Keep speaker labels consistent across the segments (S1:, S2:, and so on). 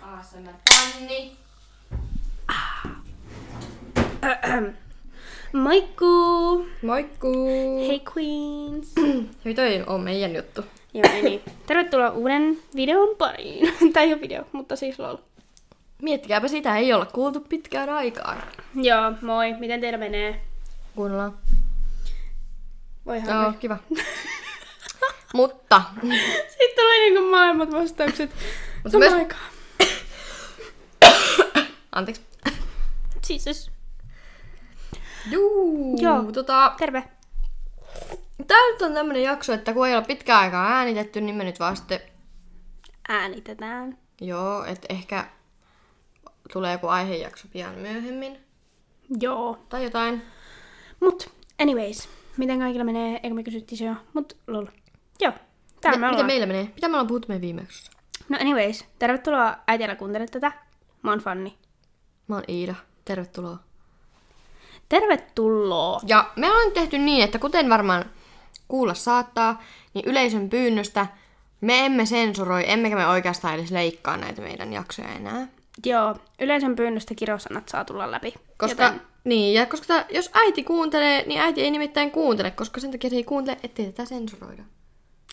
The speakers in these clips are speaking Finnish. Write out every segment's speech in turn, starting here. S1: katsoimme Fanni.
S2: Moikkuu!
S3: Moikkuu!
S2: Hei Queens!
S3: Hei, toi on meidän juttu.
S2: Joo, ei niin. Tervetuloa uuden videon pariin. tai ei ole video, mutta siis lol.
S3: Miettikääpä sitä, ei olla kuultu pitkään aikaan.
S2: Joo, moi. Miten teillä menee?
S3: Kuunnellaan.
S2: Voihan
S3: Joo, kiva. Mutta,
S2: Sitten tulee niinku maailmat vastaukset.
S3: Mutta myös-
S2: aikaan.
S3: anteeksi.
S2: Jesus.
S3: Juu,
S2: Joo.
S3: tota,
S2: Terve.
S3: tää nyt on tämmönen jakso, että kun ei ole pitkään aikaa äänitetty, niin me nyt vaan sitten,
S2: Äänitetään.
S3: joo, että ehkä tulee joku aihejakso pian myöhemmin.
S2: Joo.
S3: Tai jotain.
S2: Mut, anyways. Miten kaikilla menee? Eikö me kysyttiin se jo? Mut lol. Joo. Täällä me
S3: Mitä-
S2: ollaan.
S3: Mitä meillä menee? Mitä me ollaan puhuttu meidän viime jaksossa?
S2: No anyways. Tervetuloa äitillä kuuntelemaan tätä. Mä oon Fanni.
S3: Mä oon Iida. Tervetuloa.
S2: Tervetuloa.
S3: Ja me ollaan tehty niin, että kuten varmaan kuulla saattaa, niin yleisön pyynnöstä me emme sensuroi, emmekä me oikeastaan edes leikkaa näitä meidän jaksoja enää.
S2: Joo, yleisön pyynnöstä kirosanat saa tulla läpi.
S3: Koska,
S2: Joten,
S3: niin, ja koska tää, jos äiti kuuntelee, niin äiti ei nimittäin kuuntele, koska sen takia se ei kuuntele, ettei tätä sensuroida.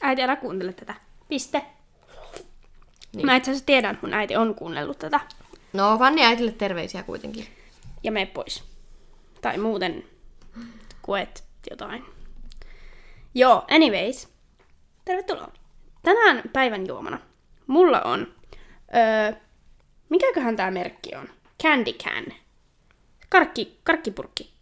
S2: äiti, älä kuuntele tätä. Piste.
S3: Niin.
S2: Niin. Mä itse asiassa tiedän, että mun äiti on kuunnellut tätä.
S3: No, Vanni äitille terveisiä kuitenkin.
S2: Ja mene pois. Tai muuten koet jotain. Joo, anyways. Tervetuloa. Tänään päivän juomana mulla on... Öö, mikäköhän tää merkki on? Candy Can. Karkki, karkkipurkki.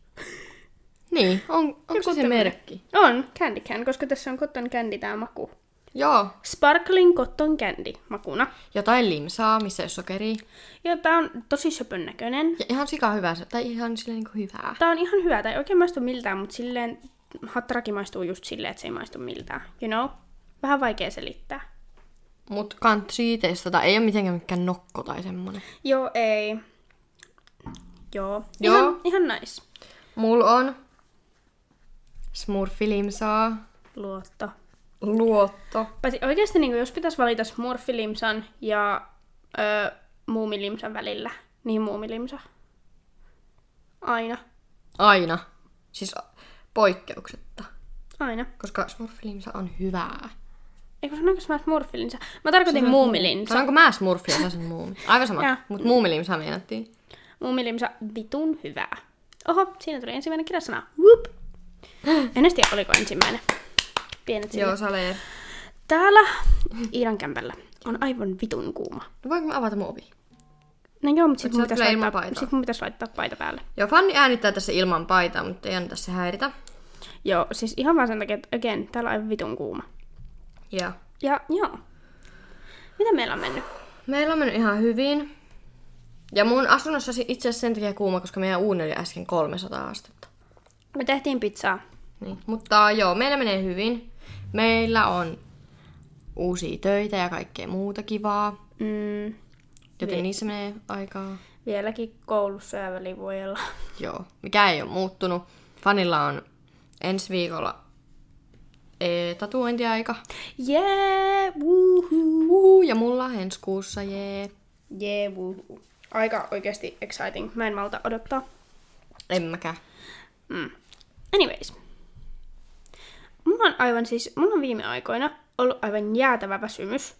S3: Niin, on, onko se se
S2: tämmönen.
S3: merkki?
S2: On, Candy Can, koska tässä on cotton candy tää maku.
S3: Joo.
S2: Sparkling cotton candy makuna.
S3: Jotain limsaa, missä ei ole sokeria.
S2: Ja tää on tosi söpön näköinen.
S3: Ja ihan sika hyvä, se- tai ihan silleen niinku hyvää.
S2: Tää on ihan hyvä, tai oikein maistu miltään, mutta silleen hattaraki maistuu just silleen, että se ei maistu miltään. You know? Vähän vaikea selittää.
S3: Mut kantsi testata, ei ole mitenkään mikään nokko tai semmonen.
S2: Joo, ei. Joo.
S3: Joo.
S2: Ihan, ihan nice.
S3: Mulla on smurfilimsaa,
S2: Luotto.
S3: luotto.
S2: Paitsi oikeasti niin jos pitäisi valita smurfilimsan ja öö, muumilimsan välillä, niin muumilimsa. Aina.
S3: Aina. Siis poikkeuksetta.
S2: Aina.
S3: Koska smurfilimsa on hyvää.
S2: Eikö sanoinko mä smurfilinsa? Mä tarkoitin muumilinsa.
S3: Sanonko mä smurfia tai sen muumi? Aivan sama.
S2: Joo.
S3: Mut muumilimsa meinattiin.
S2: Muumilimsa vitun hyvää. Oho, siinä tuli ensimmäinen kirjasana. Whoop. En edes tiedä, oliko ensimmäinen. Pienet sille.
S3: Joo, salee.
S2: Täällä Iidan kämpällä on aivan vitun kuuma.
S3: No voinko mä avata mun ovi?
S2: No joo, mutta sit, mun
S3: sä oot
S2: pitäisi
S3: kyllä ilman
S2: laittaa,
S3: paitaa?
S2: sit mun pitäisi laittaa paita päälle.
S3: Joo, Fanni äänittää tässä ilman paitaa, mutta ei anneta se häiritä.
S2: Joo, siis ihan vaan sen takia, että again, täällä on aivan vitun kuuma.
S3: Joo.
S2: Ja joo. Mitä meillä on mennyt?
S3: Meillä on mennyt ihan hyvin. Ja mun asunnossa si- itse asiassa sen takia kuuma, koska meidän uuni oli äsken 300 astetta.
S2: Me tehtiin pizzaa.
S3: Niin. Mutta joo, meillä menee hyvin. Meillä on uusia töitä ja kaikkea muuta kivaa.
S2: Mm,
S3: Joten niissä menee aikaa.
S2: vieläkin koulussa ja välivuojella.
S3: Joo, mikä ei ole muuttunut. Fanilla on ensi viikolla ee, tatuointiaika.
S2: Jee, wuhuu.
S3: Uhu, ja mulla on ensi kuussa, jee.
S2: Jee, wuhuu. Aika oikeasti exciting. Mä en malta odottaa.
S3: En mäkään.
S2: Mm. Anyways. Mulla on aivan siis, mulla on viime aikoina ollut aivan jäätävä väsymys.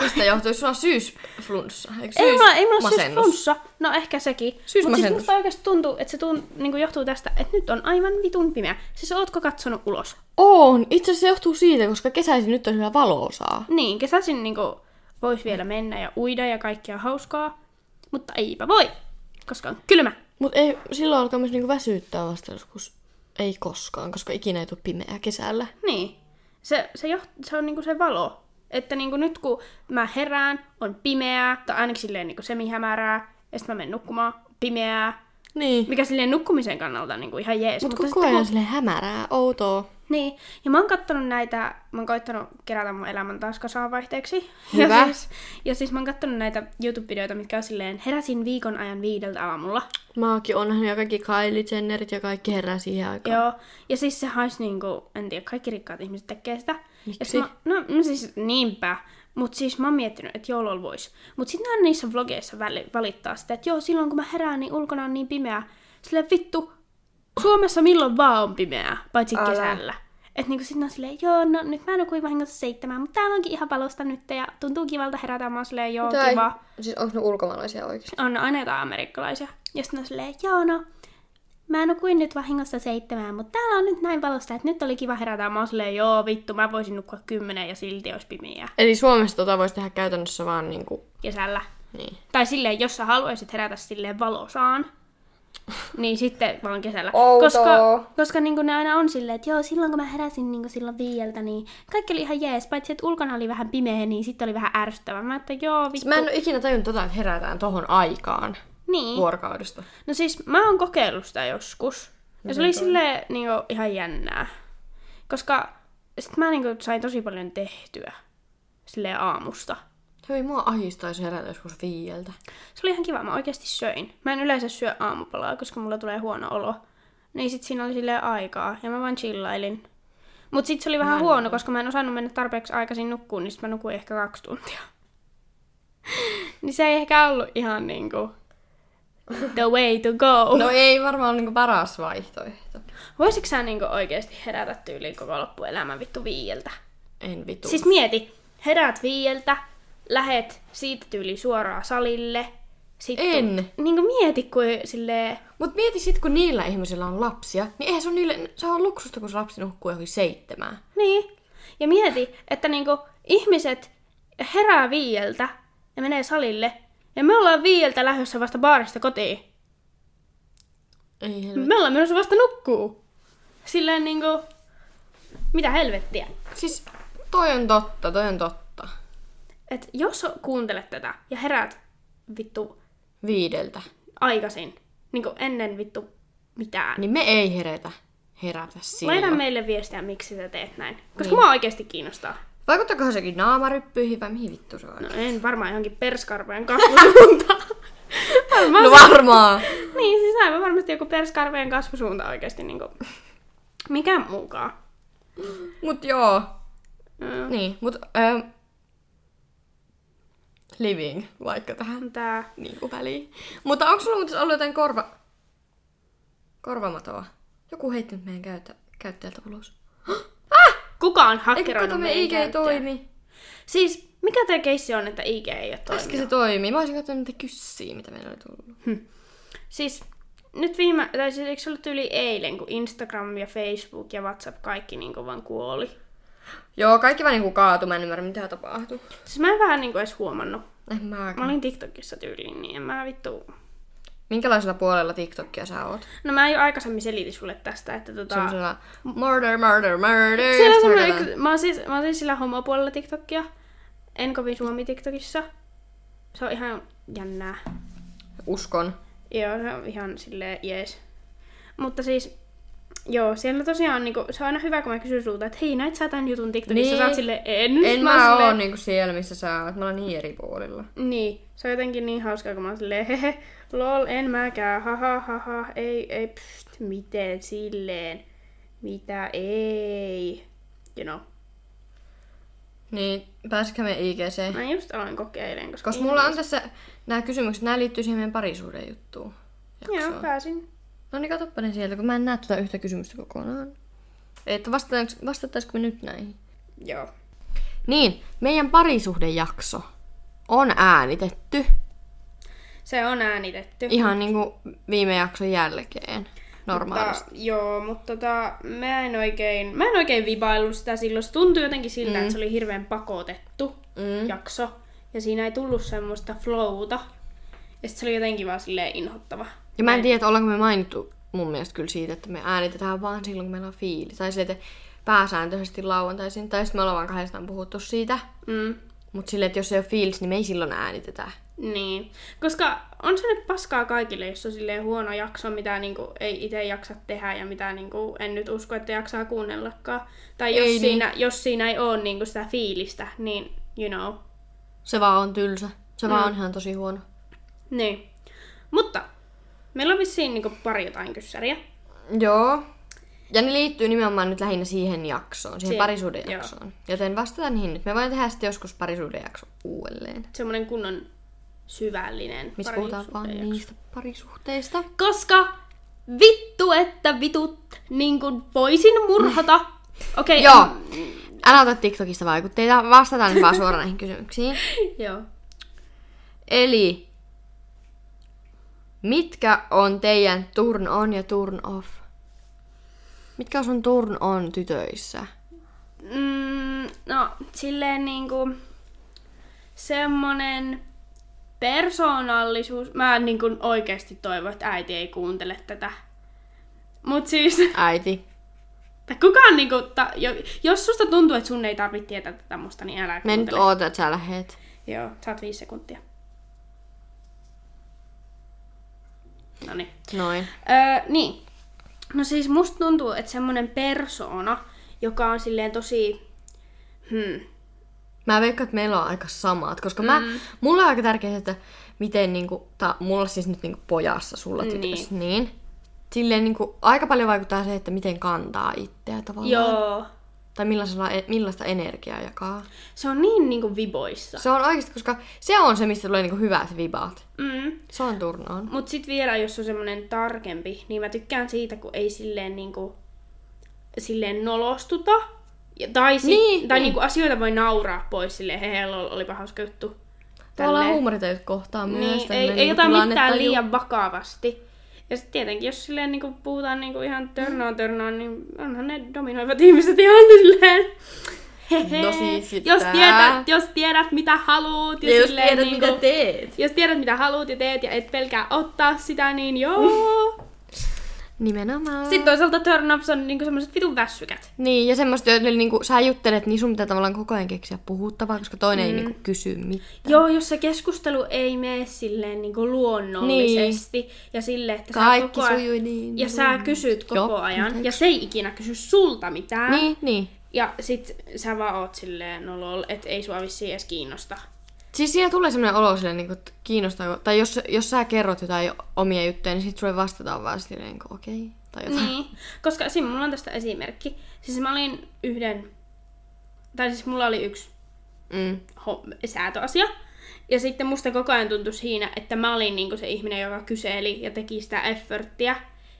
S3: Mistä johtuisi sulla syysflunssa? Eikö syys
S2: ei mulla, ei mulla siis
S3: masennus?
S2: flunssa. No ehkä sekin. Mut siis
S3: Syysmasennus.
S2: musta oikeasti tuntuu, että se tunt, niin johtuu tästä, että nyt on aivan vitun pimeä. Siis ootko katsonut ulos?
S3: On. Itse asiassa se johtuu siitä, koska kesäisin nyt on hyvä valosaa.
S2: Niin, kesäisin niin voisi vielä mennä ja uida ja kaikkea hauskaa. Mutta eipä voi, koska on kylmä.
S3: Mutta ei, silloin alkaa myös niinku väsyttää vasta joskus. Ei koskaan, koska ikinä ei tule pimeää kesällä.
S2: Niin. Se, se, joht, se on niinku se valo. Että niinku nyt kun mä herään, on pimeää, tai ainakin silleen niinku semihämärää, ja sitten mä menen nukkumaan, pimeää.
S3: Niin.
S2: Mikä silleen nukkumisen kannalta on niinku ihan jees.
S3: Mutta
S2: mutta
S3: koko
S2: sitten
S3: ajan kun... silleen hämärää, outoa.
S2: Niin, ja mä oon kattonut näitä, mä oon koittanut kerätä mun elämän taas kasaan vaihteeksi. Ja
S3: Hyvä.
S2: siis, ja siis mä oon kattonut näitä YouTube-videoita, mitkä on silleen, heräsin viikon ajan viideltä aamulla.
S3: Maakin onhan ja kaikki Kylie Jennerit ja kaikki herää siihen aikaan.
S2: Joo, ja siis se haisi niinku, en tiedä, kaikki rikkaat ihmiset tekee sitä. Ja sit
S3: Miksi?
S2: mä, no, no siis niinpä, Mutta siis mä oon miettinyt, että joululla voisi. Mutta sitten aina niissä vlogeissa väli, valittaa sitä, että joo, silloin kun mä herään, niin ulkona on niin pimeää. Silleen vittu, Suomessa milloin vaan on pimeää, paitsi
S3: Älä.
S2: kesällä. Että niinku sitten on silleen, joo, no nyt mä nukuin vahingossa seitsemään, mutta täällä onkin ihan palosta nyt ja tuntuu kivalta herätä. Mä oon silleen, joo,
S3: Tää ei-
S2: kiva.
S3: Siis onko ne ulkomaalaisia oikeasti?
S2: On aina jotain amerikkalaisia. Ja sitten on silleen, joo no, mä nukuin nyt vahingossa seitsemään, mutta täällä on nyt näin valosta, että nyt oli kiva herätä. Mä oon silleen, joo vittu, mä voisin nukkua kymmenen ja silti olisi pimeää
S3: Eli Suomessa tota voisi tehdä käytännössä vaan niinku...
S2: kesällä.
S3: Niin.
S2: Tai silleen, jos sä haluaisit herätä silleen valosaan, niin sitten vaan kesällä.
S3: Outoa.
S2: Koska, koska niin ne aina on silleen, että joo, silloin kun mä heräsin niin silloin viieltä, niin kaikki oli ihan jees, paitsi että ulkona oli vähän pimeä, niin sitten oli vähän ärsyttävää. Mä että joo, vittu.
S3: Mä en ole ikinä tajunnut tota, että herätään tohon aikaan
S2: Niin.
S3: vuorokaudesta.
S2: No siis mä oon kokeillut sitä joskus. Ja se oli silleen niin ihan jännää. Koska sit mä niin sain tosi paljon tehtyä sille aamusta.
S3: Hyi, mua ahistaisi herätä joskus viieltä.
S2: Se oli ihan kiva, mä oikeasti söin. Mä en yleensä syö aamupalaa, koska mulla tulee huono olo. Niin sit siinä oli silleen aikaa, ja mä vaan chillailin. Mut sit se oli vähän huono, koska mä en osannut mennä tarpeeksi aikaisin nukkuun, niin sit mä nukuin ehkä kaksi tuntia. niin se ei ehkä ollut ihan niinku the way to go.
S3: No ei varmaan ole niinku paras vaihtoehto.
S2: Voisitko sä niinku oikeesti herätä tyyliin koko loppuelämän vittu viieltä?
S3: En vitu.
S2: Siis mieti, herät viieltä, lähet siitä tyyli suoraan salille. Sit
S3: En.
S2: Tu- niinku mieti, kun silleen...
S3: Mut mieti sit, kun niillä ihmisillä on lapsia, niin eihän se on niille, se on luksusta, kun se lapsi nukkuu johonkin seitsemään.
S2: Niin. Ja mieti, että niinku ihmiset herää viieltä ja menee salille. Ja me ollaan viieltä lähdössä vasta baarista kotiin.
S3: Ei helvetti.
S2: Me ollaan menossa vasta nukkuu. Silleen niinku... Mitä helvettiä?
S3: Siis toi on totta, toi on totta.
S2: Et jos kuuntelet tätä ja heräät vittu
S3: Viideltä.
S2: aikaisin, niin kuin ennen vittu mitään.
S3: Niin me ei herätä. Herätä silloin.
S2: Laita meille viestiä, miksi sä teet näin. Koska niin. mua oikeasti kiinnostaa.
S3: Vaikuttakohan sekin naamaryppyihin vai mihin vittu se on?
S2: No en varmaan johonkin perskarvojen kasvusuuntaan. varmaan
S3: No varmaan.
S2: se, niin, siis aivan varmasti joku perskarvojen kasvusuunta oikeasti. Niin kuin. Mikä muukaan.
S3: Mut joo.
S2: Mm.
S3: Niin, mut... Ö, living vaikka tähän
S2: Tää.
S3: niinku väliin. Mutta onko sulla muuten ollut jotain korva... korvamatoa? Joku heittänyt meidän käyttä, käyttäjältä ulos.
S2: Kuka on
S3: Ei kun kato,
S2: hakkeroinut
S3: me
S2: meidän
S3: IG ei
S2: käyttäjää?
S3: toimi.
S2: Siis, mikä tää keissi on, että IG ei ole toiminut?
S3: Äsken se toimii. Mä olisin katsonut niitä kyssiä, mitä meillä oli tullut.
S2: Siis nyt viime, tai siis eikö se ollut yli eilen, kun Instagram ja Facebook ja WhatsApp kaikki niin vaan kuoli.
S3: Joo, kaikki vaan niinku kaatu. Mä en ymmärrä, mitä tapahtui.
S2: Siis mä en vähän niinku edes huomannut.
S3: En mä...
S2: Mä olin TikTokissa tyyliin, niin en mä vittu...
S3: Minkälaisella puolella TikTokia sä oot?
S2: No mä jo aikaisemmin selitin sulle tästä, että tota...
S3: Semmoisella murder, murder, murder.
S2: Siellä on
S3: Sitten
S2: semmoinen...
S3: hakataan.
S2: yksi- Mä oon siis, mä oon siis sillä homopuolella TikTokia. En kovin suomi TikTokissa. Se on ihan jännää.
S3: Uskon.
S2: Joo, se on ihan silleen jees. Mutta siis, joo, siellä tosiaan niinku, se on aina hyvä, kun mä kysyn sulta, että hei, näit sä tämän jutun TikTokissa?
S3: Niin.
S2: Sä oot silleen, en.
S3: En
S2: Sit
S3: mä,
S2: oon
S3: oo
S2: silleen-
S3: niinku siellä, missä sä oot. Mä olen niin eri puolilla.
S2: Niin, se on jotenkin niin hauskaa, kun mä oon silleen, hehe, lol, en mäkään, haha, haha, ei, ei, pst, miten, silleen, mitä, ei, you know.
S3: Niin, pääsikö me IGC?
S2: Mä just aloin kokeilen, koska...
S3: Koska mulla on tässä nämä kysymykset, nämä liittyy siihen meidän parisuuden juttuun.
S2: Joo, pääsin.
S3: No niin, katoppa ne sieltä, kun mä en näe tuota yhtä kysymystä kokonaan. Että vastataanko- vastattaisiko me nyt näihin?
S2: Joo.
S3: Niin, meidän parisuhdejakso on äänitetty
S2: Se on äänitetty.
S3: ihan niinku viime jakson jälkeen normaalisti.
S2: Mutta, joo, mutta tota, mä en oikein, mä en oikein vibaillut sitä silloin. Se tuntui jotenkin siltä, mm. että se oli hirveän pakotettu mm. jakso. Ja siinä ei tullut semmoista flowta. Ja sit se oli jotenkin vaan silleen inhottava.
S3: Ja mä en tiedä, että ollaanko me mainittu mun mielestä kyllä siitä, että me äänitetään vaan silloin, kun meillä on fiili. Tai silleen, että pääsääntöisesti lauantaisin. Tai sitten me ollaan vaan kahdestaan puhuttu siitä.
S2: Mm.
S3: Mutta silleen, että jos ei ole fiilis, niin me ei silloin äänitetä.
S2: Niin, koska on se nyt paskaa kaikille, jos on silleen huono jakso, mitä niinku ei itse jaksa tehdä ja mitä niinku en nyt usko, että jaksaa kuunnellakaan. Tai jos,
S3: Ei niin.
S2: siinä, jos siinä ei ole niinku sitä fiilistä, niin you know.
S3: Se vaan on tylsä. Se
S2: No.
S3: vaan on ihan tosi huono.
S2: Niin. Mutta meillä on vissiin niinku pari jotain kyssäriä.
S3: Joo. Ja ne liittyy nimenomaan nyt lähinnä siihen jaksoon, siihen
S2: Siihen,
S3: parisuuden jaksoon. Joten vastataan niihin nyt. Me voin tehdä sitten joskus parisuuden jakso uudelleen.
S2: Semmoinen kunnon syvällinen
S3: Missä puhutaan vaan niin.
S2: parisuhdejakso.
S3: niistä parisuhteista.
S2: Koska vittu, että vitut, niin kuin voisin murhata. Okei.
S3: Mm. Joo.
S2: mm,
S3: Älä ota TikTokista vaikutteita, vastataan nyt vaan suoraan näihin kysymyksiin.
S2: Joo.
S3: Eli mitkä on teidän turn on ja turn off? Mitkä on sun turn on tytöissä?
S2: Mm, no, silleen niinku semmonen persoonallisuus. Mä niinku oikeesti toivon, että äiti ei kuuntele tätä. Mut siis,
S3: Äiti.
S2: tai kukaan niinku, ta, jo- jos susta tuntuu, että sun ei tarvitse tietää tätä musta, niin älä
S3: Me ei nyt
S2: kuuntele.
S3: oota, että sä lähet.
S2: Joo, saat viisi sekuntia. Noniin.
S3: Noin.
S2: Öö, niin. No siis musta tuntuu, että semmonen persoona, joka on silleen tosi... Hmm,
S3: Mä veikkaan, että meillä on aika samat, koska mä,
S2: Mm.
S3: mulla on aika tärkeää, se, että miten niinku, tai mulla siis nyt niinku pojassa, sulla
S2: Niin.
S3: tytössä, niin. Silleen niinku, aika paljon vaikuttaa se, että miten kantaa itseä tavallaan.
S2: joo.
S3: Tai millaisella, e-, millaista energiaa jakaa.
S2: Se on niin niinku viboissa.
S3: Se on oikeasti, koska se on se, mistä tulee niinku hyvät vibat.
S2: Mm.
S3: Se on turnoon.
S2: Mut sit vielä, jos on semmonen tarkempi, niin mä tykkään siitä, kun ei silleen niinku... Silleen nolostuta. Ja, tai sit,
S3: Niin,
S2: tai
S3: niin.
S2: niinku asioita voi nauraa pois silleen, hei, lol, olipa hauska juttu.
S3: Tavallaan
S2: Tälleen.
S3: huumoritaju kohtaa myös.
S2: Niin, ei, ei ota mitään liian vakavasti. Ja sitten tietenkin, jos silleen niinku puhutaan niinku ihan törnaan törnaan, niin onhan ne dominoivat ihmiset ihan silleen... hehe,
S3: No siis sitä.
S2: jos, tiedät, jos tiedät, mitä haluut. Ja,
S3: Ja jos
S2: silleen
S3: tiedät,
S2: niinku,
S3: mitä teet.
S2: Jos tiedät, mitä haluut ja teet ja et pelkää ottaa sitä, niin joo.
S3: Nimenomaan.
S2: Sitten toisaalta turn ups on niinku semmoiset vitun väsykät.
S3: Niin, ja semmoista, joille niinku, sä juttelet, niin sun pitää tavallaan koko ajan keksiä puhuttavaa, koska toinen mm. ei niinku kysy mitään.
S2: Joo, jos se keskustelu ei mene silleen niinku luonnollisesti niin. Mm. ja sille, että sä
S3: Kaikki
S2: koko ajan...
S3: sujui niin.
S2: Ja sä kysyt koko
S3: Joo,
S2: ajan, ja se ei ikinä kysy sulta mitään.
S3: Niin, niin.
S2: Ja sit sä vaan oot silleen, no lol, et ei sua vissiin edes kiinnosta.
S3: Siis siinä tulee semmoinen olo silleen, niin kiinnostaa, tai jos, jos sä kerrot jotain omia juttuja, niin sit sulle vastataan vaan silleen, niin okei, okay, tai jotain.
S2: Niin, koska siinä mulla on tästä esimerkki. Siis mä olin yhden, tai siis mulla oli yksi Niin.
S3: Mm.
S2: ho- säätöasia. Ja sitten musta koko ajan tuntui siinä, että mä olin niinku se ihminen, joka kyseli ja teki sitä efforttia.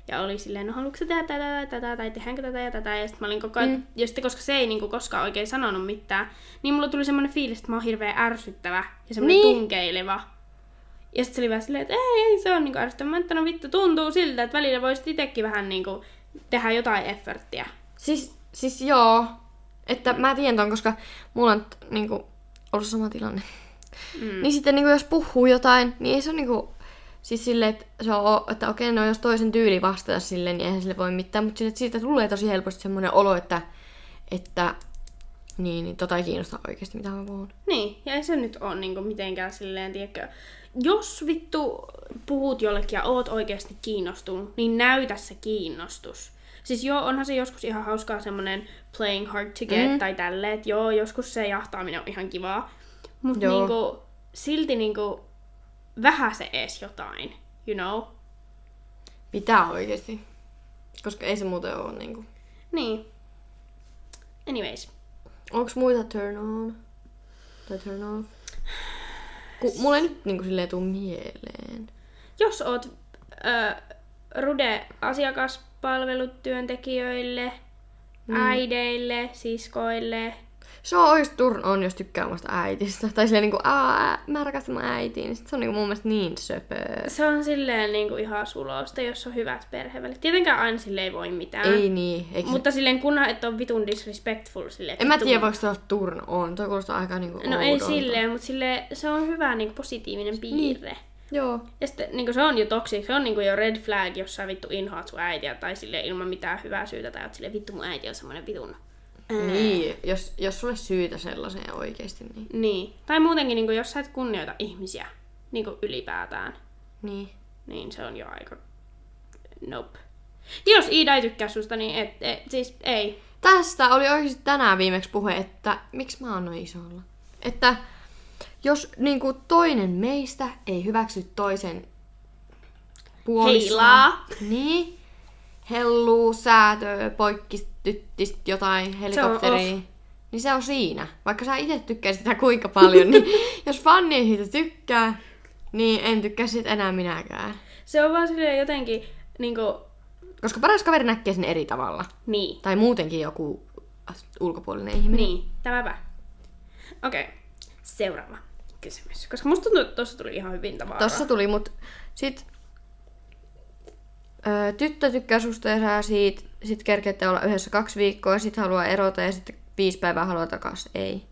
S2: Ja oli silleen, no haluatko sä tehdä tätä tai tätä, tai tehdäänkö tätä ja tätä. Ja sitten mä olin koko ajan, mm. ja sitten koska se ei niinku koskaan oikein sanonut mitään, niin mulla tuli semmoinen fiilis, että mä oon hirveän ärsyttävä ja semmoinen
S3: Niin.
S2: niin. tunkeileva. Ja sitten se oli vähän silleen, että ei, ei, se on niinku ärsyttävä. Mä että no vittu, tuntuu siltä, että välillä voisit itsekin vähän niinku tehdä jotain efforttia.
S3: Siis, siis joo, että mä tiedän ton, koska mulla on t- niinku, ollut sama tilanne. Mm. Niin sitten niinku, jos puhuu jotain, niin ei se on niinku, siis silleen, että, se on, o- että okei, no jos toisen tyyli vastata sille, niin eihän sille voi mitään, mutta sille, että siitä tulee tosi helposti semmoinen olo, että, että niin, niin tota ei kiinnosta oikeasti, mitä mä puhun.
S2: Niin, ja ei se nyt ole niinku mitenkään silleen, tiedätkö, jos vittu puhut jollekin ja oot oikeasti kiinnostunut, niin näytä se kiinnostus. Siis joo, onhan se joskus ihan hauskaa semmonen playing hard to get mm. tai tälleen, että joo, joskus se jahtaaminen on ihan kivaa. Mutta
S3: Joo.
S2: niinku, silti niinku, vähän se ees jotain, you know?
S3: Pitää oikeasti. Koska ei se muuten ole niinku.
S2: Niin. Anyways.
S3: Onks muita turn on? Tai turn off? Ku, mulla ei nyt niinku silleen tuu mieleen.
S2: Jos oot ö, rude asiakaspalvelutyöntekijöille, mm. äideille, siskoille,
S3: Se on oikeesti turn on, jos tykkää omasta äitistä. Tai silleen niinku, aa, ää, mä rakastan mun äitiin. Niin sit se on niinku mun mielestä niin söpöö.
S2: se on silleen niinku ihan sulosta, jos on hyvät perhevälit. Tietenkään aina sille ei voi mitään.
S3: Ei niin. Eikö Mut,
S2: Mutta silleen kunhan et on vitun disrespectful sille.
S3: en mä tiedä, voiko se olla turn on. Tuo kuulostaa aika niinku
S2: No ei
S3: oudolta.
S2: silleen, mutta sille se on hyvä niinku positiivinen piirre. Niin.
S3: Joo.
S2: Ja sitten niinku se on jo toksi, se on niinku jo red flag, jos sä vittu inhoat sun äitiä tai sille ilman mitään hyvää syytä tai oot sille vittu mun äiti on semmoinen vitun
S3: Niin, jos, jos sulle syytä sellaiseen oikeesti, niin.
S2: Niin. Tai muutenkin, niin kuin, jos sä et kunnioita ihmisiä niin kuin ylipäätään,
S3: Niin.
S2: niin se on jo aika... Nope. Ja jos Iida ei tykkää susta, niin et, et, siis ei.
S3: Tästä oli oikeasti tänään viimeksi puhe, että miksi mä oon noin isolla. Että jos niinku toinen meistä ei hyväksy toisen puolisoa,
S2: Heilaa.
S3: niin helluu, säätöä, poikkistyttist jotain helikopteria.
S2: off.
S3: niin se on siinä. Vaikka sä itse tykkäisit sitä kuinka paljon, niin jos fani ei siitä tykkää, niin en tykkää siitä enää minäkään.
S2: Se on vaan silleen jotenkin, niinku,
S3: Koska paras kaveri näkee sen eri tavalla.
S2: niin.
S3: Tai muutenkin joku ulkopuolinen ihminen.
S2: Niin, tämäpä. Okei, okay. seuraava kysymys. Koska musta tuntuu, että tossa tuli ihan hyvin tavaraa.
S3: Tossa tuli, mut sit öö, tyttö tykkää susta ja sä siitä, sit kerkeätte olla yhdessä kaksi viikkoa, sit haluaa erota ja sitten viisi päivää haluaa takas. Ei.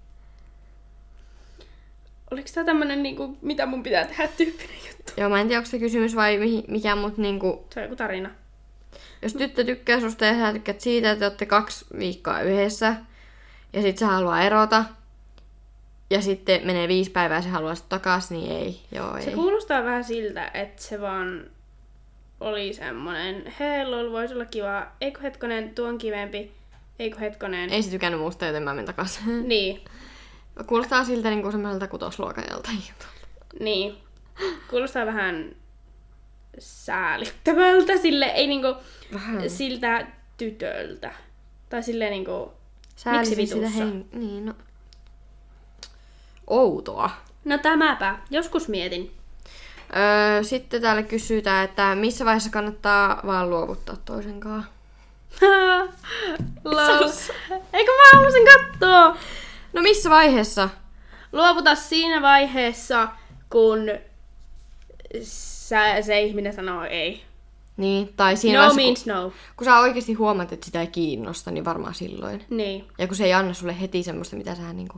S2: Oliko tää tämmönen, niinku, mitä mun pitää tehdä tyyppinen juttu?
S3: Joo, mä en tiedä, onko se kysymys vai mihin, mikä, mut niinku,
S2: Se on joku tarina.
S3: jos tyttö tykkää susta ja sä tykkäät siitä, että te olette kaksi viikkoa yhdessä, ja sit se haluaa erota, ja sitten menee viisi päivää ja se haluaa sit takas, niin ei. Joo, ei.
S2: Se kuulostaa vähän siltä, että se vaan oli semmonen, hei lol, voisi olla kiva, eikö hetkonen, tuon kivempi, eikö hetkonen.
S3: ei se tykännyt musta, joten mä menen takaisin.
S2: Niin,
S3: Kuulostaa siltä niinku semmoiselta kutosluokan joltain jutulta.
S2: niin. Kuulostaa vähän säälittävältä, sille ei niinku
S3: Vähän.
S2: siltä tytöltä. Tai sille niinku,
S3: Säälisin
S2: Miksi
S3: sitä
S2: vitussa?
S3: hen... Niin, no. Outoa.
S2: no tämäpä, joskus mietin.
S3: Öö, sitten täällä kysytään, että missä vaiheessa kannattaa vaan luovuttaa toisen kanssa.
S2: lol. Eikö mä halusin katsoa?
S3: No missä vaiheessa?
S2: luovuta siinä vaiheessa, kun sä, se ihminen sanoo ei.
S3: Niin, tai siinä
S2: No means
S3: vaiheessa,
S2: no.
S3: kun, kun sä oikeasti huomaat, että sitä ei kiinnosta, niin varmaan silloin.
S2: Niin.
S3: Ja kun se ei anna sulle heti semmoista, mitä sä niinku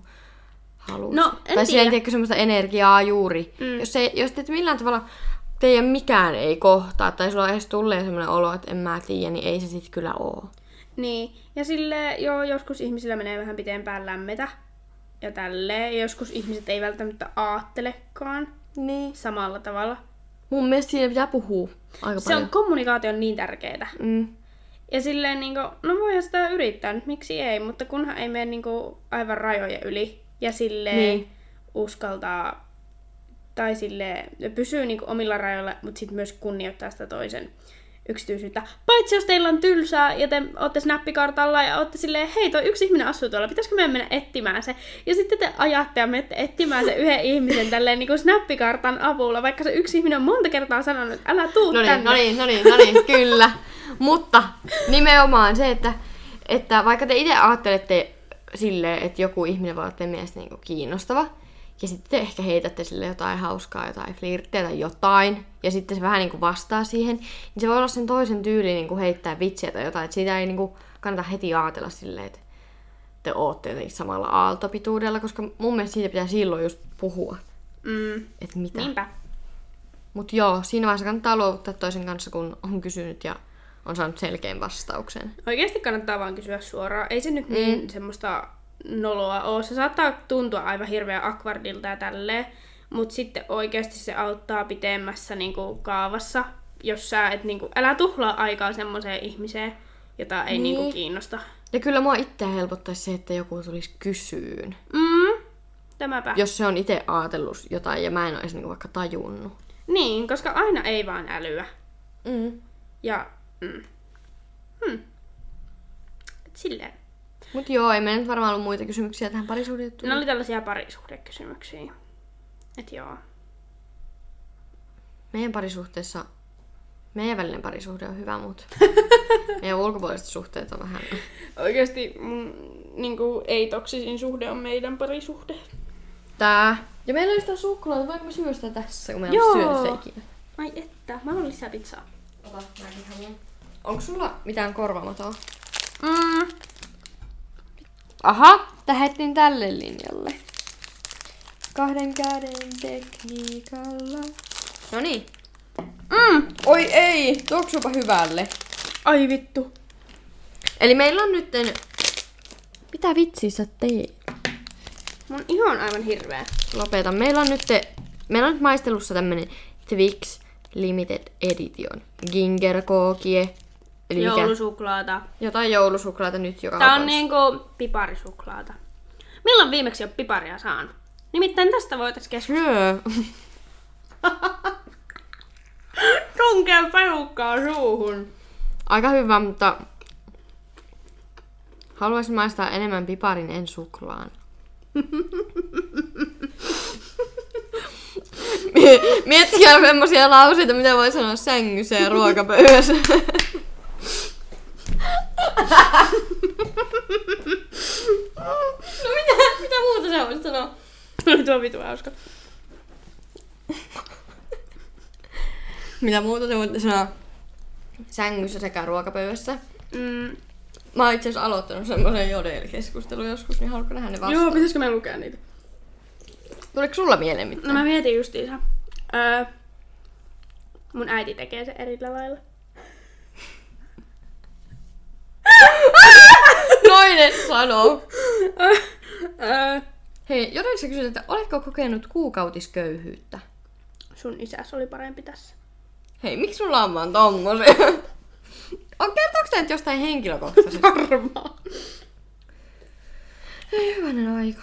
S3: haluat.
S2: No, en
S3: tai
S2: tiedä.
S3: siellä ei semmoista energiaa juuri. Mm. Jos, ei, jos et millään tavalla teidän mikään ei kohtaa, tai sulla edes tulee semmoinen olo, että en mä tiedä, niin ei se sit kyllä oo.
S2: Niin. Ja sille joo, joskus ihmisillä menee vähän pitempään lämmetä. Ja tälleen. Ja Joskus ihmiset ei välttämättä aattelekaan
S3: Niin.
S2: samalla tavalla.
S3: Mun mielestä siinä pitää puhua aika
S2: Se
S3: paljon.
S2: on kommunikaatio on niin tärkeää.
S3: Mm.
S2: Ja silleen niinku, no voihan sitä yrittää nyt, miksi ei, mutta kunhan ei mene niinku aivan rajojen yli ja silleen niin.
S3: Niin.
S2: uskaltaa tai silleen pysyy niinku omilla rajoilla, mutta sitten myös kunnioittaa sitä toisen yksityisyyttä. Paitsi jos teillä on tylsää ja te ootte snappikartalla ja ootte silleen, hei toi yksi ihminen asuu tuolla, pitäisikö meidän mennä etsimään se? Ja sitten te ajatte ja menette etsimään se yhden ihmisen tälleen niinku snappikartan avulla, vaikka se yksi ihminen on monta kertaa sanonut, että älä tuu
S3: No niin,
S2: tänne.
S3: no niin, no niin, no niin, kyllä. Mutta nimenomaan se, että, että vaikka te itse ajattelette silleen, että joku ihminen voi olla teidän mielestä niinku kiinnostava, ja sitten te ehkä heitätte sille jotain hauskaa, jotain flirttiä tai jotain, ja sitten se vähän niinku vastaa siihen, niin se voi olla sen toisen tyyli niinku heittää vitsiä tai jotain, että siitä ei niinku kannata heti ajatella silleen, että te ootte jotenkin samalla aaltopituudella, koska mun mielestä siitä pitää silloin just puhua,
S2: Mm,
S3: että mitä.
S2: niinpä.
S3: Mut joo, siinä vaiheessa kannattaa luovuttaa toisen kanssa, kun on kysynyt ja on saanut selkeän vastauksen.
S2: Oikeasti kannattaa vaan kysyä suoraan. Ei se nyt niin semmoista noloa ole. Se saattaa tuntua aivan hirveän akvardilta ja tälleen, mutta sitten oikeasti se auttaa pitemmässä niinku kaavassa, jos sä et niinku, älä tuhlaa aikaa semmoiseen ihmiseen, jota ei niin. niinku kiinnosta.
S3: Ja kyllä mua itseä helpottaisi se, että joku tulisi kysyyn,
S2: Mm, tämäpä.
S3: jos se on itse ajatellut jotain ja mä en ole niinku vaikka tajunnut.
S2: Niin, koska aina ei vaan älyä.
S3: Mm.
S2: Ja mm. Hmm. Et silleen.
S3: Mut joo, ei meillä nyt varmaan ollut muita kysymyksiä tähän parisuhdettuun.
S2: Ne oli tällaisia parisuhdekysymyksiä. Et joo.
S3: Meidän parisuhteessa, meidän välinen parisuhde on hyvä, mut meidän ulkopuoliset suhteet on vähän...
S2: Oikeasti mun niin kuin, ei-toksisin suhde on meidän parisuhde.
S3: Tää. Ja meillä ei ole sitä suklaata, voinko me syödä sitä tässä, kun me ei
S2: Joo.
S3: ole syönyt sitä ikinä.
S2: Ai että, mä haluan lisää pizzaa.
S3: Ota, mäkin haluan. Onko sulla mitään korvaamatoa?
S2: Mm.
S3: Aha, lähdettiin tälle linjalle. Kahden käden tekniikalla. No niin.
S2: Mm.
S3: Oi ei, tuoksuupa hyvälle.
S2: Ai vittu.
S3: Eli meillä on nytten... Mitä vitsiä sä teet?
S2: Mun iho on aivan hirveä.
S3: Lopeta. Meillä on nyt, meillä on nyt maistelussa tämmönen Twix Limited Edition. Ginger kookie. Eli mikä?
S2: Joulusuklaata.
S3: Jotain joulusuklaata nyt joka
S2: Tää on
S3: kaupassa.
S2: niinku piparisuklaata. Milloin viimeksi on piparia saanut? Nimittäin tästä voitais keskustella.
S3: Hyö.
S2: Tunkee perukkaa suuhun.
S3: aika hyvä, mutta haluaisin maistaa enemmän piparin, en suklaan. Miettikää semmoisia lauseita, mitä voi sanoa sängyssä ja ruokapöydässä. no mitä, mitä muuta sä voisit sanoa?
S2: Oli tuo vitu hauska.
S3: Mitä muuta sä voit sanoa sängyssä sekä ruokapöydässä?
S2: Mm,
S3: Mä oon itse asiassa aloittanut semmoisen jodelkeskustelun joskus, niin haluatko nähdä ne vastaan?
S2: joo, pitäisikö me lukea niitä?
S3: Tuleeko sulla mieleen mitään?
S2: No mä mietin justiinsa. Öö, mun äiti tekee sen eri lailla.
S3: Nainen sanoo.
S2: Öö,
S3: Hei, jodelissa kysyt, että oletko kokenut kuukautisköyhyyttä?
S2: sun isäs oli parempi tässä.
S3: Hei, miksi sulla on vaan tommosia? On kertooko tää nyt jostain henkilökohtaisesta?
S2: Varmaan.
S3: Ei hyvänen aika.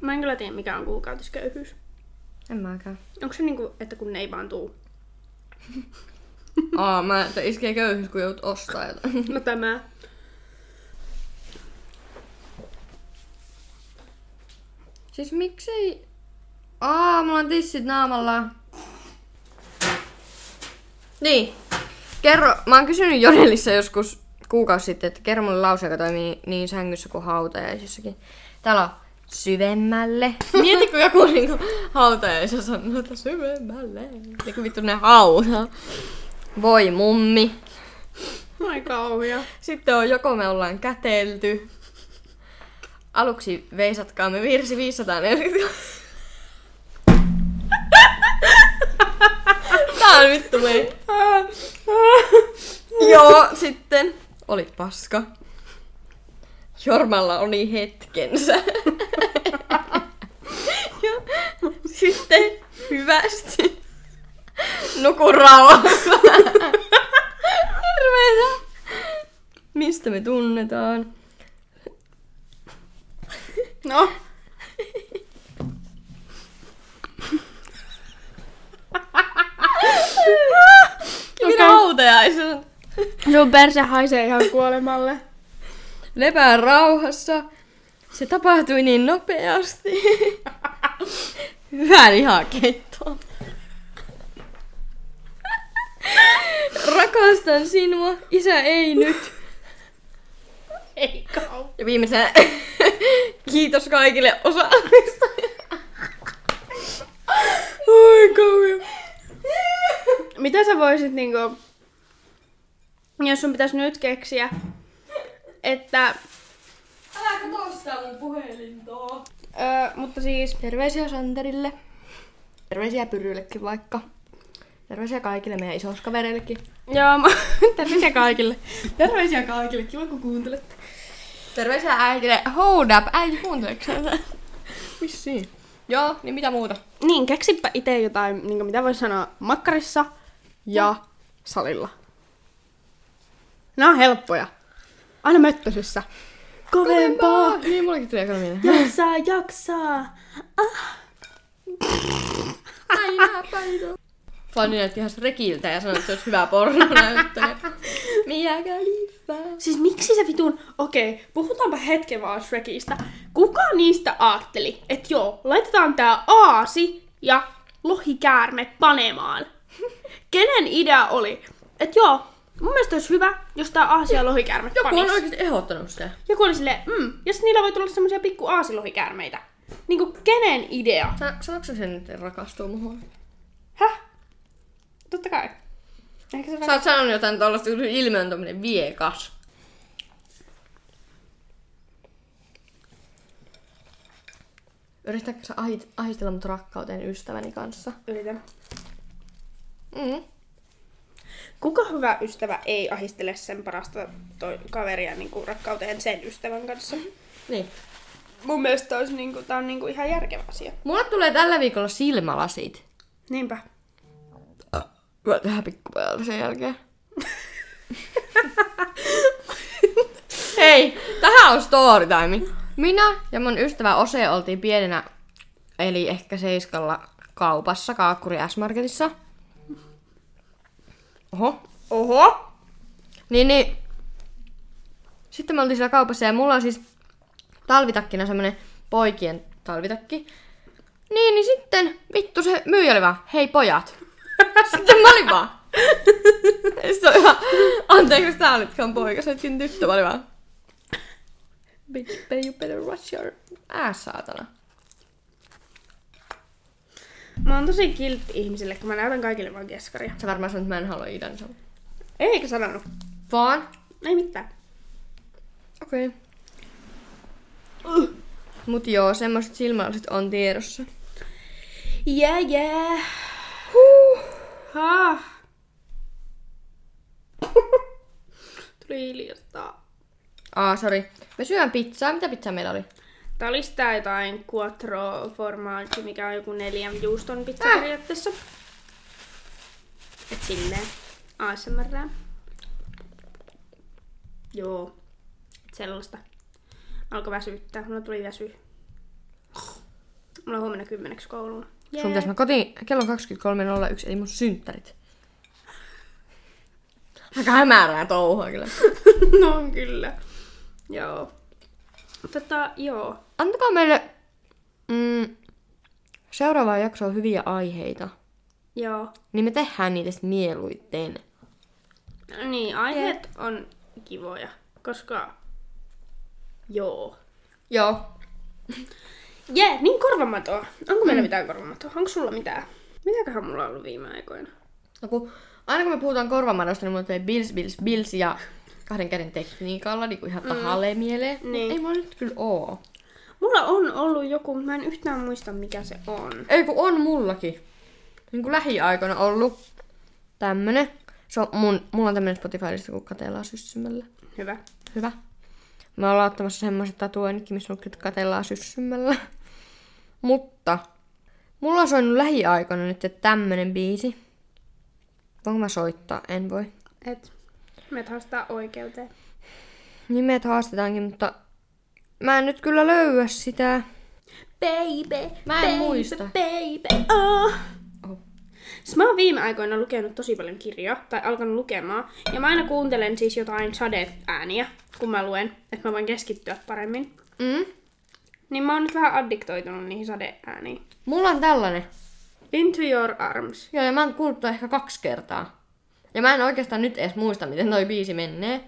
S2: Mä en kyllä tiedä, mikä on kuukautisköyhyys.
S3: En mäkään.
S2: Onko se niinku, että kun ne ei vaan tuu?
S3: Aa, mä, että iskee köyhyys, kun joudut ostaa jotain.
S2: No tämä.
S3: Siis miksei... Aa, mulla on tissit naamalla. Niin. Kerro, mä oon kysynyt Jodelissa joskus kuukausi sitten, että kerro mulle lause, joka toimii niin sängyssä kuin hautajaisissakin. Täällä on syvemmälle. Mieti, kun joku niinku hautajaisissa sanoo, että syvemmälle. Niinku vittu ne hauta. Voi mummi.
S2: Ai kauhia.
S3: Sitten on joko me ollaan kätelty. Aluksi veisatkaamme virsi 540. Tää on vittu mei. Joo, sitten. Olit paska. Jormalla oli hetkensä. Ja sitten hyvästi. Nuku rauhassa. Hirveetä. Mistä me tunnetaan?
S2: No.
S3: Minä
S2: Okei.
S3: okay. hautajaisen.
S2: Sun perse haisee ihan kuolemalle.
S3: Lepää rauhassa. Se tapahtui niin nopeasti. Hyvää lihakeittoa. Rakastan sinua. Isä ei nyt.
S2: Ei kauhia.
S3: Ja viimeisenä kiitos kaikille osallistajille. Ai kauhean.
S2: Mitä sä voisit niinku... Jos sun pitäis nyt keksiä, että...
S3: Älä kato sitä mun puhelintoa.
S2: Ö, mutta siis...
S3: Terveisiä Santerille. Terveisiä Pyryllekin vaikka. Terveisiä kaikille meidän isoskavereillekin.
S2: Joo, mä... Terveisiä kaikille.
S3: Terveisiä kaikille, kiva kun kuuntelette. Terveisiä äitille. Hold up, äiti kuunteleksä? Vissiin. Joo, niin mitä muuta?
S2: Niin, keksipä itse jotain, niin mitä voi sanoa makkarissa ja salilla. Nämä on helppoja. Aina möttösessä. Kovempaa!
S3: Niin, mullekin tuli aika mieleen.
S2: Jaksaa, jaksaa!
S3: Aina päivä. Fanny ihan rekiltä ja sanoi, että se olisi hyvä pornonäyttelijä. Mia Khalifa.
S2: Siis miksi se vitun... Okei, puhutaanpa hetken vaan Shrekistä. Kuka niistä ajatteli, että joo, laitetaan tää aasi ja lohikäärme panemaan? Kenen idea oli? Että joo, mun mielestä olisi hyvä, jos tää aasi ja lohikäärme
S3: Joku
S2: panis.
S3: on oikeasti ehdottanut sitä.
S2: Joku oli silleen, mm, jos niillä voi tulla semmoisia pikku aasilohikäärmeitä. Niinku kenen idea?
S3: Sanoitko sä sen, että rakastuu muhun?
S2: Häh? Totta kai. Ehkä se
S3: Sä oot sanonut jotain tuollaista, kun ilme on tommonen viekas. Yritätkö sä ahi- ahistella mut rakkauteen ystäväni kanssa?
S2: Yritän.
S3: Mm.
S2: Kuka hyvä ystävä ei ahistele sen parasta toi kaveria niinku rakkauteen sen ystävän kanssa?
S3: Niin.
S2: Mun mielestä olisi niinku, tää on niinku ihan järkevä asia.
S3: Mulle tulee tällä viikolla silmälasit.
S2: Niinpä.
S3: Mä tähän pikkupäällä sen jälkeen. Hei, tähän on story time. Minä ja mun ystävä Ose oltiin pienenä, eli ehkä seiskalla kaupassa, Kaakkuri S-Marketissa. Oho.
S2: Oho!
S3: Niin, niin. Sitten me oltiin siellä kaupassa ja mulla on siis talvitakkina semmonen poikien talvitakki. Niin, niin sitten vittu se myyjä oli vaan, hei pojat. sitten mä olin vaan. sitten oli vaan, anteeksi, sä olitkaan poika, sä oletkin tyttö, mä olin vaan. Bitch, babe, you better watch your ass, saatana.
S2: Mä oon tosi kiltti ihmisille, kun mä näytän kaikille vaan keskaria.
S3: Sä varmaan sanoit, että mä en halua idän sun.
S2: Eikö sanonut?
S3: Vaan.
S2: Ei mitään.
S3: Okei. Okay. Uh. Mut joo, semmoset silmälasit on tiedossa.
S2: Jää, yeah, jää. Yeah. Huh. Tuli hiljasta.
S3: Aa, sori. Me syön pizzaa. Mitä pizzaa meillä oli?
S2: Tää oli sitä jotain quattro formaggi, mikä on joku neljän juuston pizza
S3: Ah!
S2: periaatteessa. Et silleen. ASMR. Joo. Et Sellaista. Alkoi väsyttää. Mulla tuli väsy. Mulla on huomenna kymmeneksi kouluun.
S3: Sun pitäis mä kotiin kello 23.01, eli mun synttärit. Aika hämärää touhua kyllä.
S2: no on kyllä. Joo. Tota, joo.
S3: Antakaa meille mm, seuraavaan jaksoon hyviä aiheita.
S2: Joo.
S3: Niin me tehdään niitä sit mieluiten.
S2: Niin, aiheet on kivoja, koska... Joo.
S3: Joo.
S2: Jee, yeah, niin korvamatoa. Onko
S3: Mm.
S2: meillä mitään korvamatoa? Onko sulla mitään? Mitäköhän mulla on ollut viime aikoina?
S3: No kun, aina kun me puhutaan korvamadosta, niin mulla tulee bils, bils, bils ja kahden käden tekniikalla, niin kuin ihan tahalleen mieleen.
S2: Niin.
S3: Ei mulla nyt kyllä oo.
S2: Mulla on ollut joku, mutta mä en yhtään muista mikä se on.
S3: Ei kun on mullakin. Niin kuin lähiaikoina ollut tämmönen. Se on mun, mulla on tämmönen Spotifylista, kun katellaan syssymällä.
S2: Hyvä.
S3: Hyvä. Me ollaan ottamassa semmoiset tatuoinnitkin, missä nukit katellaan syssymällä. Mutta mulla on soinut lähiaikoina nyt tämmönen biisi. Voinko mä soittaa? En voi.
S2: Et me haastaa oikeuteen.
S3: Nimet haastetaankin, mutta mä en nyt kyllä löyä sitä.
S2: Baby,
S3: Mä en
S2: baby,
S3: muista.
S2: baby, oh.
S3: Oh.
S2: Siis mä oon viime aikoina lukenut tosi paljon kirjoja, tai alkanut lukemaan, ja mä aina kuuntelen siis jotain sade-ääniä, kun mä luen, että mä voin keskittyä paremmin.
S3: Mm?
S2: Niin mä oon nyt vähän addiktoitunut niihin sade-ääniin.
S3: Mulla on tällainen.
S2: Into your arms.
S3: Joo, ja mä oon kuullut ton ehkä kaksi kertaa. Ja mä en oikeastaan nyt edes muista, miten toi biisi menee.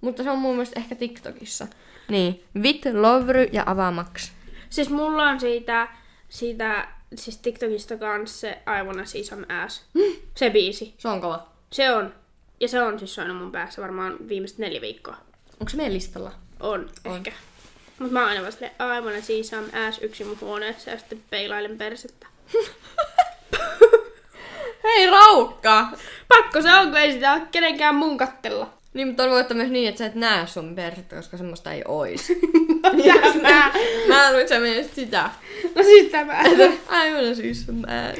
S3: Mutta se on mun mielestä ehkä TikTokissa. Niin, Vit Lovry ja Avamax.
S2: Siis mulla on siitä, siitä siis TikTokista kanssa se I wanna see some ass. Se biisi.
S3: Se on kova.
S2: Se on. Ja se on siis soinut mun päässä varmaan viimeiset neljä viikkoa.
S3: Onko se meidän listalla?
S2: On, on. ehkä. Mut mä oon aina vaan silleen, I wanna see some ass yksin mun huoneessa ja sitten peilailen persettä.
S3: Hei raukka!
S2: Pakko se on, kun ei sitä oo kenenkään mun kattella.
S3: Niin, mutta voi olla myös niin, että sä et näe sun persettä, koska semmoista ei ois.
S2: Tämä.
S3: mä luin, että sä menet sitä.
S2: No siis tämä.
S3: Aivan siis sun ääs.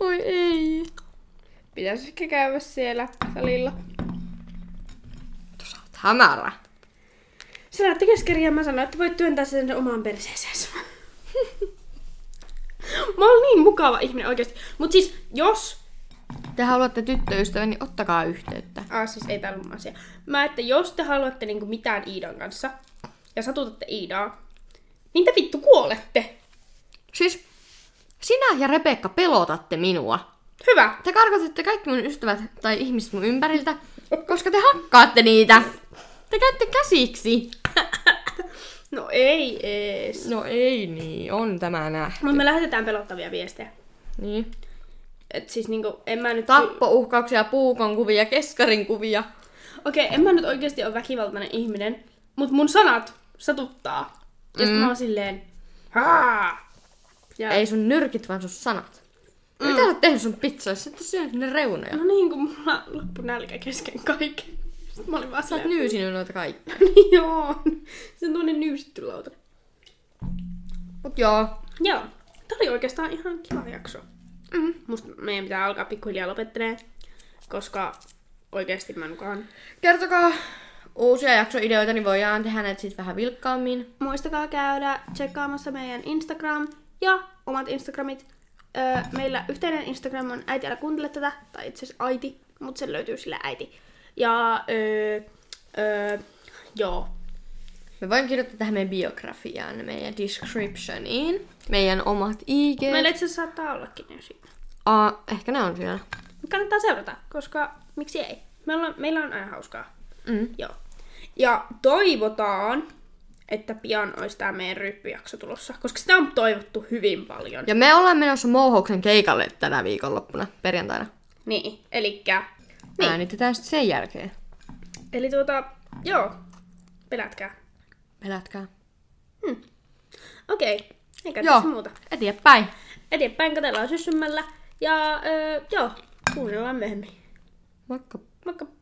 S3: Oi ei.
S2: Pitäis ehkä käydä siellä salilla.
S3: Tuossa on hämärä.
S2: Se näytti keskeri ja mä sanoin, että voit työntää sen sinne omaan perseeseesi. mä oon niin mukava ihminen oikeesti. Mut siis, jos...
S3: Te haluatte tyttöystävän, niin ottakaa yhteyttä.
S2: Ah, siis ei tää ollut mun asia. Mä, että jos te haluatte niinku mitään Iidan kanssa ja satutatte Iidaa, niin te vittu kuolette.
S3: Siis sinä ja Rebekka pelotatte minua.
S2: Hyvä.
S3: Te karkotatte kaikki mun ystävät tai ihmiset mun ympäriltä, koska te hakkaatte niitä. Te käytte käsiksi.
S2: No ei ees.
S3: No ei niin, on tämä nähty.
S2: Mut me lähetetään pelottavia viestejä.
S3: Niin.
S2: Et siis niinku, en mä nyt...
S3: Tappouhkauksia, puukon kuvia, keskarin kuvia.
S2: Okei, en mä nyt oikeasti ole väkivaltainen ihminen, mutta mun sanat satuttaa. Ja mm. mä oon silleen, Haa! Ja,
S3: Ei sun nyrkit, vaan sun sanat. Mm. Mitä sä oot tehnyt sun pizzalle? Sä et oo syönyt ne reunoja.
S2: No niin, kun mulla loppu nälkä kesken kaiken. Sitten mä olin vaan
S3: Sä oot
S2: silleen,
S3: nyysinyt noita kaikki.
S2: niin joo. Se on tuonne nyysitty lauta.
S3: Mut joo.
S2: Joo. Tää oli oikeastaan ihan kiva jakso. Mm. Musta meidän pitää alkaa pikkuhiljaa lopettelee, koska oikeasti mä nukaan.
S3: Kertokaa uusia jaksoideoita, niin voidaan tehdä näitä sit vähän vilkkaammin.
S2: Muistakaa käydä tsekkaamassa meidän Instagram ja omat Instagramit. Öö, meillä yhteinen Instagram on äiti älä kuuntele tätä, tai itse asiassa aiti Mutta se löytyy sillä äiti. Ja öö, öö, joo.
S3: Me voin kirjoittaa tähän meidän biografiaan, meidän descriptioniin, meidän omat IG.
S2: Meillä itse asiassa saattaa ollakin ne siinä.
S3: Ah, ehkä ne on siellä.
S2: Mut Kannattaa seurata, koska miksi ei? Meillä on, meillä on aina hauskaa.
S3: Mm.
S2: Joo. Ja toivotaan, että pian olisi tämä meidän ryppyjakso tulossa, koska sitä on toivottu hyvin paljon.
S3: Ja me ollaan menossa Mouhoksen keikalle tänä viikonloppuna, perjantaina.
S2: Niin, elikkä...
S3: Niin. Äänitetään sitten sen jälkeen.
S2: Eli tuota, joo, pelätkää.
S3: Pelätkää.
S2: Okei, eikä
S3: Joo.
S2: tässä muuta.
S3: Eteenpäin.
S2: Eteenpäin katsellaan syssymällä ja öö, joo, kuunnellaan myöhemmin.
S3: Moikka.
S2: Moikka!